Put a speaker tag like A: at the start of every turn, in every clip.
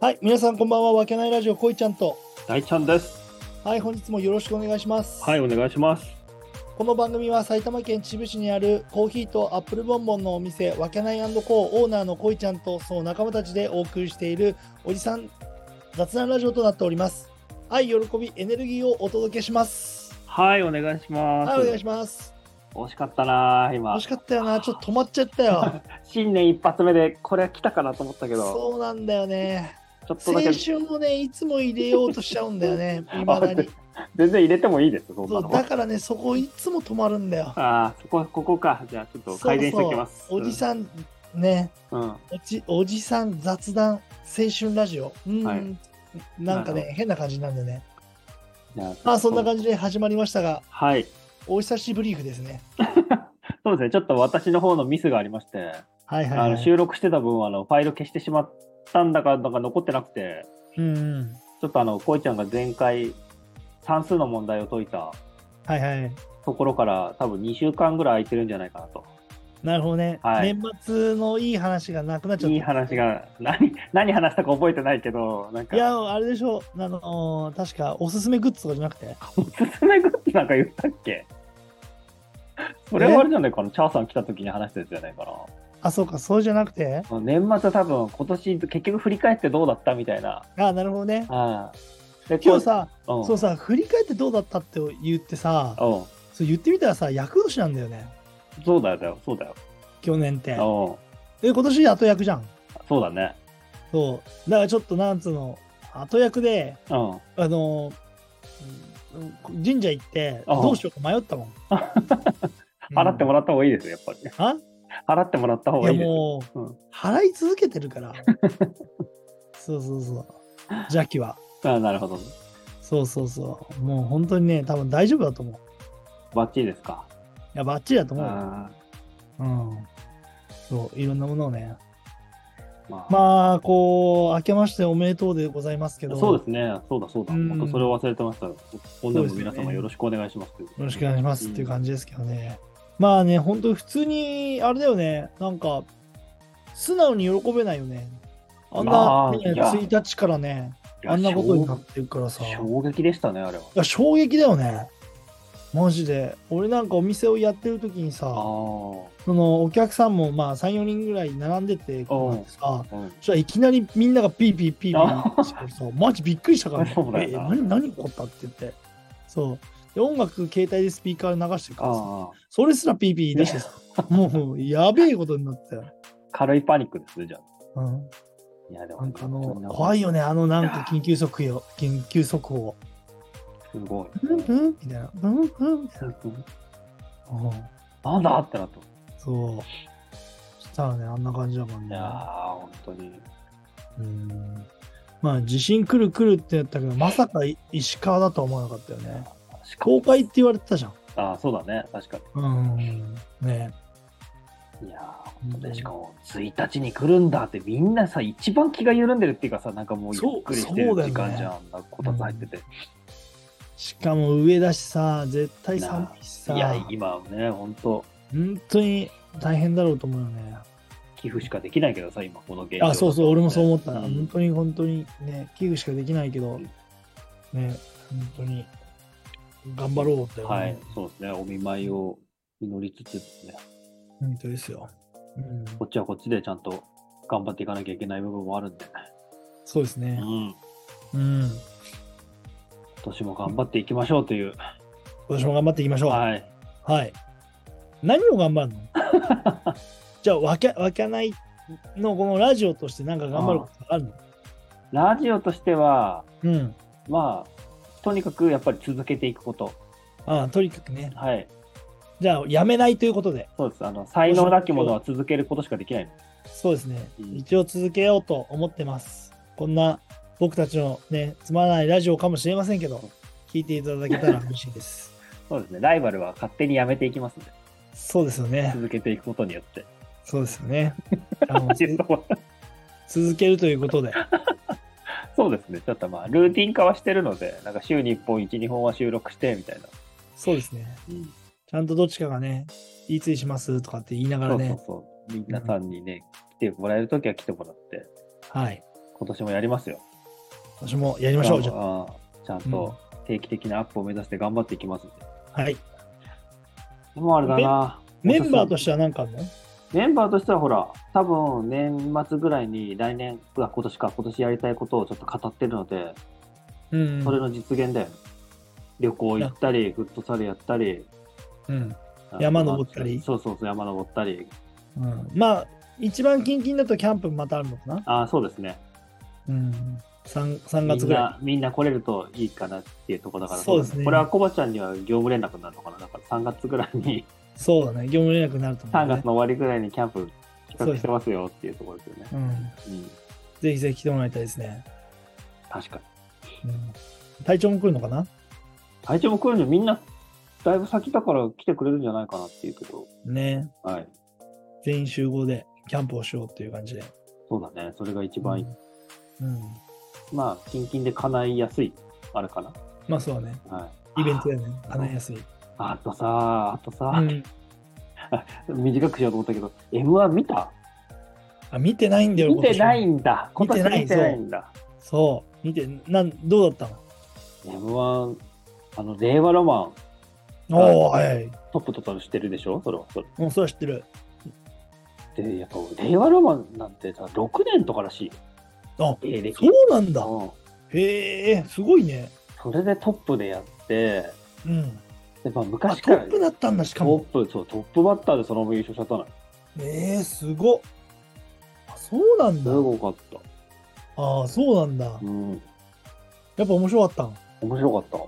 A: はい、皆さんこんばんは。わけないラジオこいちゃんと。
B: 大ちゃんです。
A: はい、本日もよろしくお願いします。
B: はい、お願いします。
A: この番組は埼玉県秩父市にあるコーヒーとアップルボンボンのお店わけないコーオーナーのこいちゃんとその仲間たちでお送りしているおじさん雑談ラジオとなっております。愛、喜び、エネルギーをお届けします。
B: はい、お願いします。
A: はい、お願いします。
B: 惜しかったなー、今
A: 惜し。かったよな。ちょっと止まっちゃったよ。
B: 新年一発目で、これは来たかなと思ったけど、
A: そうなんだよね。
B: ちょっとだけ
A: 先、週もね、いつも入れようとしちゃうんだよ ね。未だに。
B: 全然入れてもいいです、そん
A: そ
B: な
A: う
B: の。
A: だからね、そこいつも止まるんだよ。
B: ああ、そこ、ここか。じゃあ、ちょっと改善しておきま
A: そ
B: す。
A: うそうおじさん、ね、
B: うん。うん。
A: おじおじさん雑談青春ラジオ。うーん、
B: はい
A: なんか
B: なるほ
A: ね、変な感じなんでね。
B: じゃ
A: まあ、そんな
B: じ。
A: 感じで始まりましたが、
B: はい。
A: お久しぶりーフですね。
B: そうですね、ちょっと私の方のミスがありまして、
A: はいはい、
B: あ
A: は
B: の
A: い。
B: 収録してた分、あの、ファイル消してしまったんだか、なんか残ってなくて、
A: うんうん。
B: ちょっとあの、こいちゃんが前回、算数の問題を解いた
A: はいはい。
B: ところから、多分2週間ぐらい空いてるんじゃないかなと。
A: なるほどね、
B: はい
A: 年末のいい話がなくなっちゃった。
B: いい話が何何話したか覚えてないけどなんか
A: いや、あれでしょう、あのー確かおすすめグッズとかじゃなくて、
B: おすすめグッズなんか言ったっけそれはあれじゃないかなチャーさん来た時に話したやつじゃないか
A: あ、そうか、そうじゃなくて、
B: な年末多分今年結局振り返ってどうだったみたいな
A: あ、なるほどね。
B: ああで
A: 今日さ、
B: こうん
A: そうさ、振り返ってどうだったって言ってさ、
B: うん
A: そう言ってみたらさ、役年なんだよね、
B: そうだよそうだよ
A: 去年って。
B: う
A: で、今年後役じゃん。
B: んそうだね
A: そう。だからちょっとなんつうの、後役で、
B: うん
A: あのーうん神社行って、
B: ああ
A: どうしようか迷ったもん。
B: 払っても
A: ら
B: らった方がいいですよやっぱり
A: あ
B: 払ってもらった方
A: いや
B: がいいです
A: もう、
B: うん
A: 払い続けてるから。 そうそうそう。邪気は。
B: ああなるほど
A: そうそうそう。もう本当にね、多分大丈夫だと思う。
B: バッチリですか
A: いや、バッチリだと思うよ。
B: あ
A: うん。そう、いろんなものをね。
B: あまあ
A: まあ、こう、明けましておめでとうでございますけど、
B: そう
A: よ
B: ですね、そうだそうだ、
A: うん
B: 本当それを忘れてました。今度も皆様よろしくお願いします。
A: ろしくお願いしますっていう感じですけどね。まあね、本当普通に、あれだよね、なんか、素直に喜べないよね。あんな、
B: まあ
A: ね、
B: いや
A: 1日からね、
B: いや
A: あんなことになってるからさ。い
B: 衝衝撃でしたね、あれは。
A: や、衝撃だよね。マジで。俺なんかお店をやってる時に
B: あ
A: さ、
B: あ、
A: そのお客さんもまあ3、4人ぐらい並んでて、こうなってさ、
B: うん、、
A: じゃいきなりみんながピーピーピーピーしてさ、マジびっくりしたから、ね
B: そうだ
A: え、
B: よな
A: 何、何起こったって言って。そう。で音楽、携帯でスピーカーで流してるからさ、
B: ああ、
A: それすらピーピー出してさ、 もうやべえことになったよ。
B: 軽いパニックですね、じゃあ。
A: うん、
B: いや、でも、
A: なんかあ
B: 本当に
A: の、
B: なんか
A: 怖いよね、あのなんか緊急速報、緊急速報。
B: すごい。
A: ブンブンみたいな。ブンブンみたいな。うん、
B: なんだってなと。
A: そう。そしたらね、あんな感じだもん
B: い
A: ね
B: や。ー、本当に。
A: うんまあ、地震来る来るってやったけど、まさかい石川だとは思わなかったよね。
B: 確か
A: 公開って言われてたじゃん。
B: ああ、そうだね、確か
A: うん。ね
B: に。いやー、本当で、しかも、1日に来るんだって、みんなさ、一番気が緩んでるっていうかさ、なんかもう、ゆっくりして
A: そ
B: る
A: うそうだよ
B: 時
A: ね
B: 間じゃん、なんかこたつ入ってて。
A: しかも上だしさ、絶対寒いしさ、
B: いや、
A: 本
B: 今はね、本当
A: 当に大変だろうと思うよね。
B: 寄付しかできないけどさ、今、この現状
A: あ、そうそう、俺もそう思った。
B: うん
A: 本当に本当にね、寄付しかできないけど、ね、本当に頑張ろうって思う、
B: はい、そうですね、お見舞いを祈りつつですね、
A: 本当ですよ。うん、
B: こっちはこっちでちゃんと頑張っていかなきゃいけない部分もあるんで、
A: そうです
B: うん、
A: ね。
B: 今
A: うん。
B: 年も頑張っていきましょうという、
A: 今年も頑張っていきましょう。はい。
B: はい、
A: 何を頑張 るのじゃあ、わけ、わけないのこのラジオとしてなんか頑張ることあるの
B: ラジオとしては、
A: うん。
B: まあ、とにかくやっぱり続けていくこと、
A: ああ、とにかくね。
B: はい、
A: じゃあ、やめないということで。
B: そうです、あの才能なきものは続けることしかできない。
A: そうですね。
B: うん
A: 一応続けようと思ってます。こんな僕たちのね、つまらないラジオかもしれませんけど、聞いていただけたら嬉しいです。
B: そうですね、ライバルは勝手にやめていきますんで、
A: そうですよね。
B: 続けていくことによ って。
A: そうですよね。あ のつ
B: そう
A: 続けるということで。
B: そうですね、ちょっとまあ、ルーティン化はしてるので、なんか週に1本、1、2本は収録してみたいな。
A: そうですね。
B: うん
A: ちゃんとどっちかがね、いつにしますとかって言いなが
B: そ
A: ら
B: うそ
A: ね
B: う、そう。皆さんにね、来てもらえるときは来てもらって、
A: はい。
B: こ今年もやりますよ。
A: 私もやりましょう。じゃ
B: ああちゃんと定期的なアップを目指して頑張っていきますんで。
A: あはい。
B: でもあれだな。
A: メンバーとしては何かあるの
B: メンバーとしてはほら、多分年末ぐらいに来年、うわ今年か、今年やりたいことをちょっと語ってるので、
A: うん
B: それの実現だよね。旅行行ったり、フットサルやったり、
A: うん。山登ったり
B: そうそうそう、山登ったり。
A: うんまあ、一番近々だとキャンプまたあるのかな
B: ああ、そうですね。
A: うん。3, 3
B: み
A: 月
B: ん
A: ぐら
B: な、みんな来れるといいかなっていうところだから、
A: そうですね
B: これはコバちゃんには業務連絡になるのかな。だから3月ぐらいに、
A: い。そう だね。業務連絡になると思
B: 3
A: う、ね
B: 月。の終わりぐらいにキャンプ企画してますよっていうところですよね。
A: うん。
B: うん、
A: ぜひぜひ来てもらいたいですね。
B: 確かに。
A: うん、体調も来るのかな
B: 体調も来るのみんな、だいぶ先だから来てくれるんじゃないかなっていうとこ
A: ね。
B: ろ。はい。
A: 全員集合でキャンプをしようっていう感じで。
B: そうだね。それが一番いい、
A: うん。うん
B: まあ、近々で叶いやすい、あれかな。
A: まあそうだね。
B: はい。
A: イベントだよね。叶えやすい。
B: あとさ、あとさ、
A: うん
B: 短くしようと思ったけど、M1 見た
A: あ、見てないんだよ。
B: 見て
A: 今
B: ない
A: 年
B: んだ。今年
A: 見てない
B: 見てないんだ。
A: そう。見て、なん、どうだったの
B: M1、あの、令和ロマン、
A: おおはい。
B: トップとトップしてるでしょそれは。それ
A: もうそれは知ってる。
B: で、やっぱ、令和ロマンなんてさ、6年とからしいよ。
A: あ、
B: 芸歴。
A: そうなんだ。
B: うん
A: へえ、すごいね。
B: それでトップでやって、
A: うん。
B: でま
A: あ、
B: あ、昔
A: ト
B: からね、
A: ップだったんだ、しか
B: ト
A: も。
B: ップ、そう、トップバッターでそのまま優勝しちゃったのよ。
A: ええ、すごっ。あ、そうなん
B: す
A: だ。
B: ごかった。
A: ああ、そうなんだ。
B: うん。
A: やっぱ面白かったの
B: 面白かっ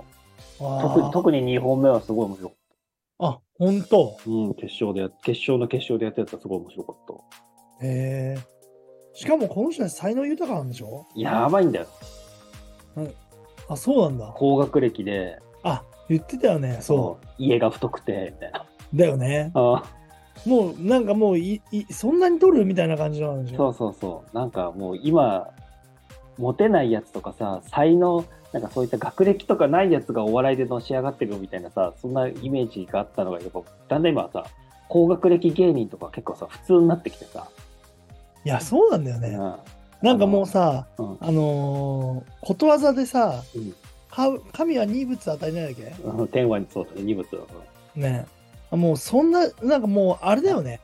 A: あ
B: た。
A: ー
B: 特に、特に2本目はすごい面白かっ
A: あ、本当。
B: た。うん、決勝でや、決勝の決勝でやったやつはすごい面白かっ
A: へえ。しかもこの人は才能豊かなんでしょ
B: た。やばいんだよ。
A: あ、そうなんだ。
B: 高学歴で、
A: あ、言ってたよね。そ
B: 家が太くて、みたいな。
A: う。だよね。
B: あ
A: もうなんかもういいそんなに取るみたいな感じなんでし
B: そ
A: ょ
B: うそうそう。なんかもう今、モテないやつとかさ、才能、なんかそういった学歴とかないやつがお笑いでのし上がってるみたいなさ、そんなイメージがあったのが、やっぱだんだん今はさ、高学歴芸人とか結構さ、普通になってきてさ、
A: いや、そうなんだよ
B: う
A: ね。
B: ん
A: なんかもうさ、
B: うん
A: あのーことわざでさ、
B: うん
A: か神は二物与えないだっ
B: うん、天話にそうだね、荷物だ。
A: けねあもうそんな、なんかもうあれだよね。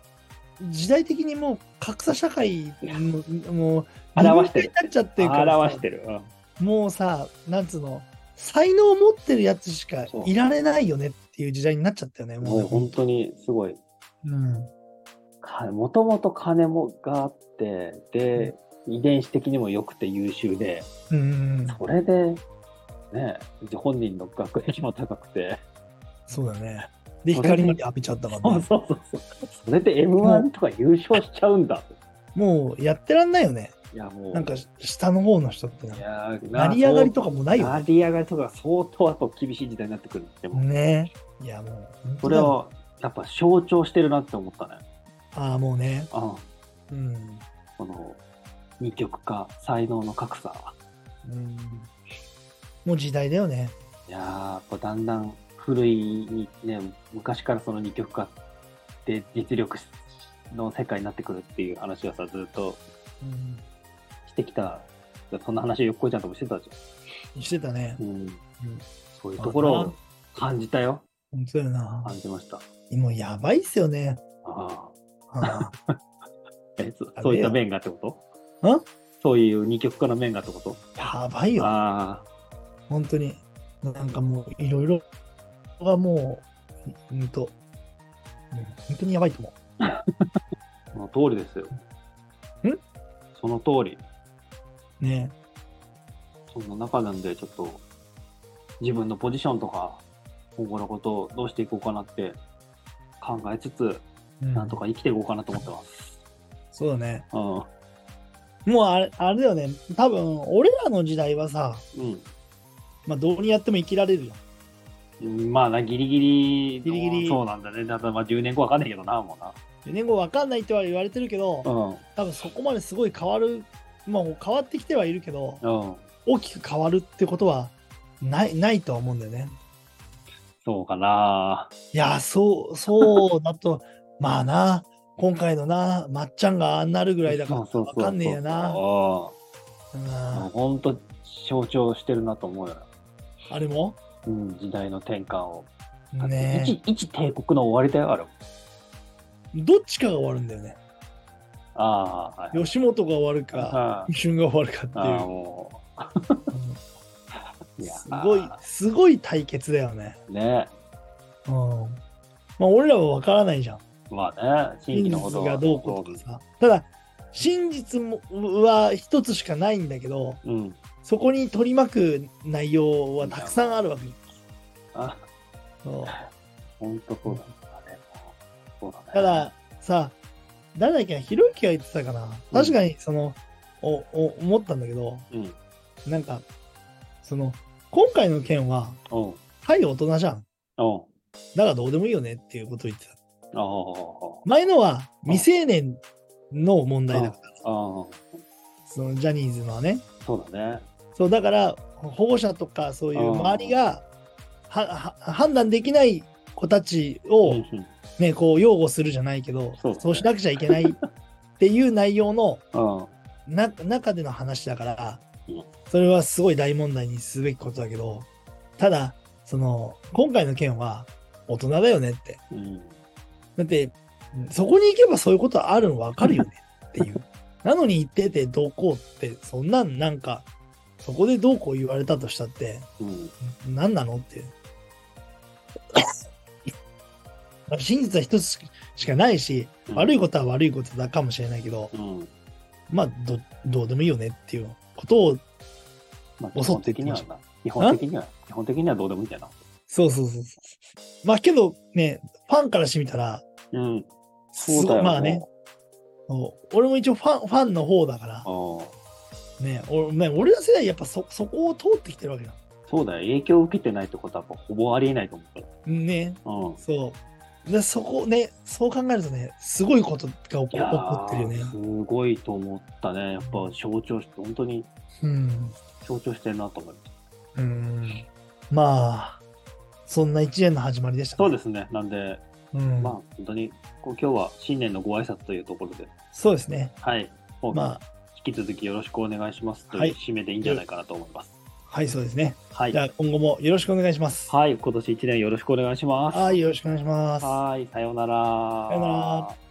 A: 時代的にもう格差社会の、もう、
B: 表して
A: 人間に
B: る
A: なっちゃってるからさ
B: 表してる。うん
A: もうさ、なんつうの、才能を持ってるやつしか
B: そう
A: いられないよねっていう時代になっちゃったよね、もう
B: もう
A: ね。
B: 本当にすごい。
A: うん。
B: もともと金もがあって、で、遺伝子的にも良くて優秀で、
A: うん。
B: それで、ね、本人の学歴も高くて、
A: そうだね。で、
B: それで
A: 光まで浴びちゃったから
B: そう
A: ね。
B: そうそうそう。それで M1 とか優勝しちゃうんだ。
A: もうやってらんないよね。
B: いや、もう。。
A: なんか、下の方の人ってない
B: やーな
A: 成り上がりとかもないよ
B: 成り上がりとか相当あと厳しい時代になってくる。でも、
A: ね。ねいや、もう本
B: そ
A: 当
B: れ
A: だよ。
B: をやっぱ象徴してるなって思ったね。
A: ああ、もうね。
B: うん。
A: うん。
B: この、二極化、才能の格差。
A: うん。もう時代だよね。
B: いやー、やっぱだんだん古いに、ね、昔からその二極化で実力の世界になってくるっていう話はさ、ずっと
A: う
B: してきた。そんな話をよっこいちゃんともしてたじ
A: ん。してたね
B: ゃん。。うん。そういうところを
A: 本
B: 感じたよ。
A: 当だよな。
B: 感じました。あ
A: もうやばいっすよね。
B: あ。
A: あ
B: えそ
A: あれや
B: そういった面がってこと
A: ん
B: そういう二極化の面がってこと
A: あやばいよ。
B: あ
A: 本当になんかもういろいろがもううんと、うん、本当にやばいと思
B: あ、その通りですよ。
A: ん
B: その通り。
A: うね
B: その中なんで、ちょっと、自分のポジションとか、今後のことをどうしていこうかなって考えつつ、
A: え、
B: なんとか生きていこうかなと思ってます。
A: そうだね
B: う
A: もうあれあれだよね多分俺らの時代はさ
B: ん。
A: まあどうにやっても生きられるよ
B: うん。まあな、ギリギリ、
A: ギリギリ
B: そうなんだね。だからまあ10年後わかんないけどな、もう
A: 10年後わかんないっては言われてるけど
B: な。
A: 多分そこまですごい変わるまあ変わってきてはいるけど
B: うん。うん。
A: 大きく変わるってことはないないとは思うんだよね
B: そうかな。
A: いやそうそうだと まあな今回のなまっちゃんがあんなるぐらいだから
B: そうそうそうそ
A: わ
B: う
A: かんねえやな
B: ああ
A: うん
B: ほんと象徴してるなと思うよな、
A: あれも
B: うん、時代の転換を。
A: ね
B: 一一帝国の終わりだよ、あれも。
A: どっちかが終わるんだよね。
B: ああ、はい。
A: 吉本が終わるか、
B: はい
A: 一瞬が終わるかって
B: ああ、
A: い
B: もう。
A: う。
B: や
A: すごい、すごい対決だよね。
B: ね
A: うん。まあ、俺らは分からないじゃん。
B: まあね、
A: 真
B: 真偽
A: 実
B: のこと
A: が
B: は
A: どうこうとかさ。ただ、真実もは一つしかないんだけど、
B: うん。
A: そこに取り巻く内容はたくさんあるわけ。
B: あ、
A: そう
B: ほんとそうだ、ね。あれもそうだね。
A: た、ださ、誰だっけな、ひろゆきが言ってたかな。確かに、その、おお思ったんだけど、
B: うん。
A: なんか、その、今回の件は、
B: おうん。
A: はい、大人じゃん。
B: おうん。
A: だからどうでもいいよねっていうことを言ってた。
B: ああ
A: 前のは未成年の問題だから、
B: ああ、
A: そのジャニーズのはね。
B: そうだね。
A: そう、だから保護者とかそういう
B: あー
A: 周りがはは判断できない子たち
B: う
A: を
B: んうん
A: ね、こう擁護するじゃないけど、
B: そうだね
A: そうしなくちゃいけないっていう内容の
B: うん。
A: な中での話だから
B: うん、
A: それはすごい大問題にすべきことだけど、ただ、その、今回の件は大人だよねって。
B: うん。
A: だって、そこに行けばそういうことあるの分かるよねって いう。なのに行っててどうこうって、そんなんなんか、そこでどうこう言われたとしたって、
B: うん。
A: 何なのって いう。真実は一つしかないし、
B: うん
A: 悪いことは悪いことだかもしれないけど、
B: うん。
A: まあ、どどうでもいいよねっていうことを、
B: まあ、
A: 襲
B: 基本
A: って
B: 的
A: き
B: に
A: ま
B: は
A: し
B: な。基本的には、基本的にはどうでもいいんだよ
A: そうそうそうそう。まあけどね、ファンからしてみたら、
B: な。うん。
A: すごいまあね、。そう俺も一応ファンファンの方だから、
B: ああ。
A: ねおね俺ら世代やっぱそそこを通ってきてるわけだ。
B: そうだよ、影響を受けてないってことはやっぱほぼありえないと思うか
A: ね
B: ら。うん。
A: そう。でそこねそう考えるとねすごいことが起こ起
B: いや
A: こ
B: ー
A: ってるよね。
B: すごいと思ったね。やっぱ象徴して、本当に
A: うん。
B: 象徴してるなと思って。
A: うん。まあそんな一年の始まりでした、ね。
B: そうですね。なんで、
A: うん
B: まあ本当にこう今日は新年のご挨拶というところで、
A: そうですね。
B: はい。もう
A: ま
B: 引き続きよろしくお願いしますと
A: はいいう
B: 締めでいいんじゃないかなと思います。
A: あはいそうですね。
B: はい
A: じ。ゃあ今後もよろしくお願いします。
B: はい。今年1年よろしくお願いします。
A: はいよろしくお願いします。
B: はい。さようなら。
A: さようなら。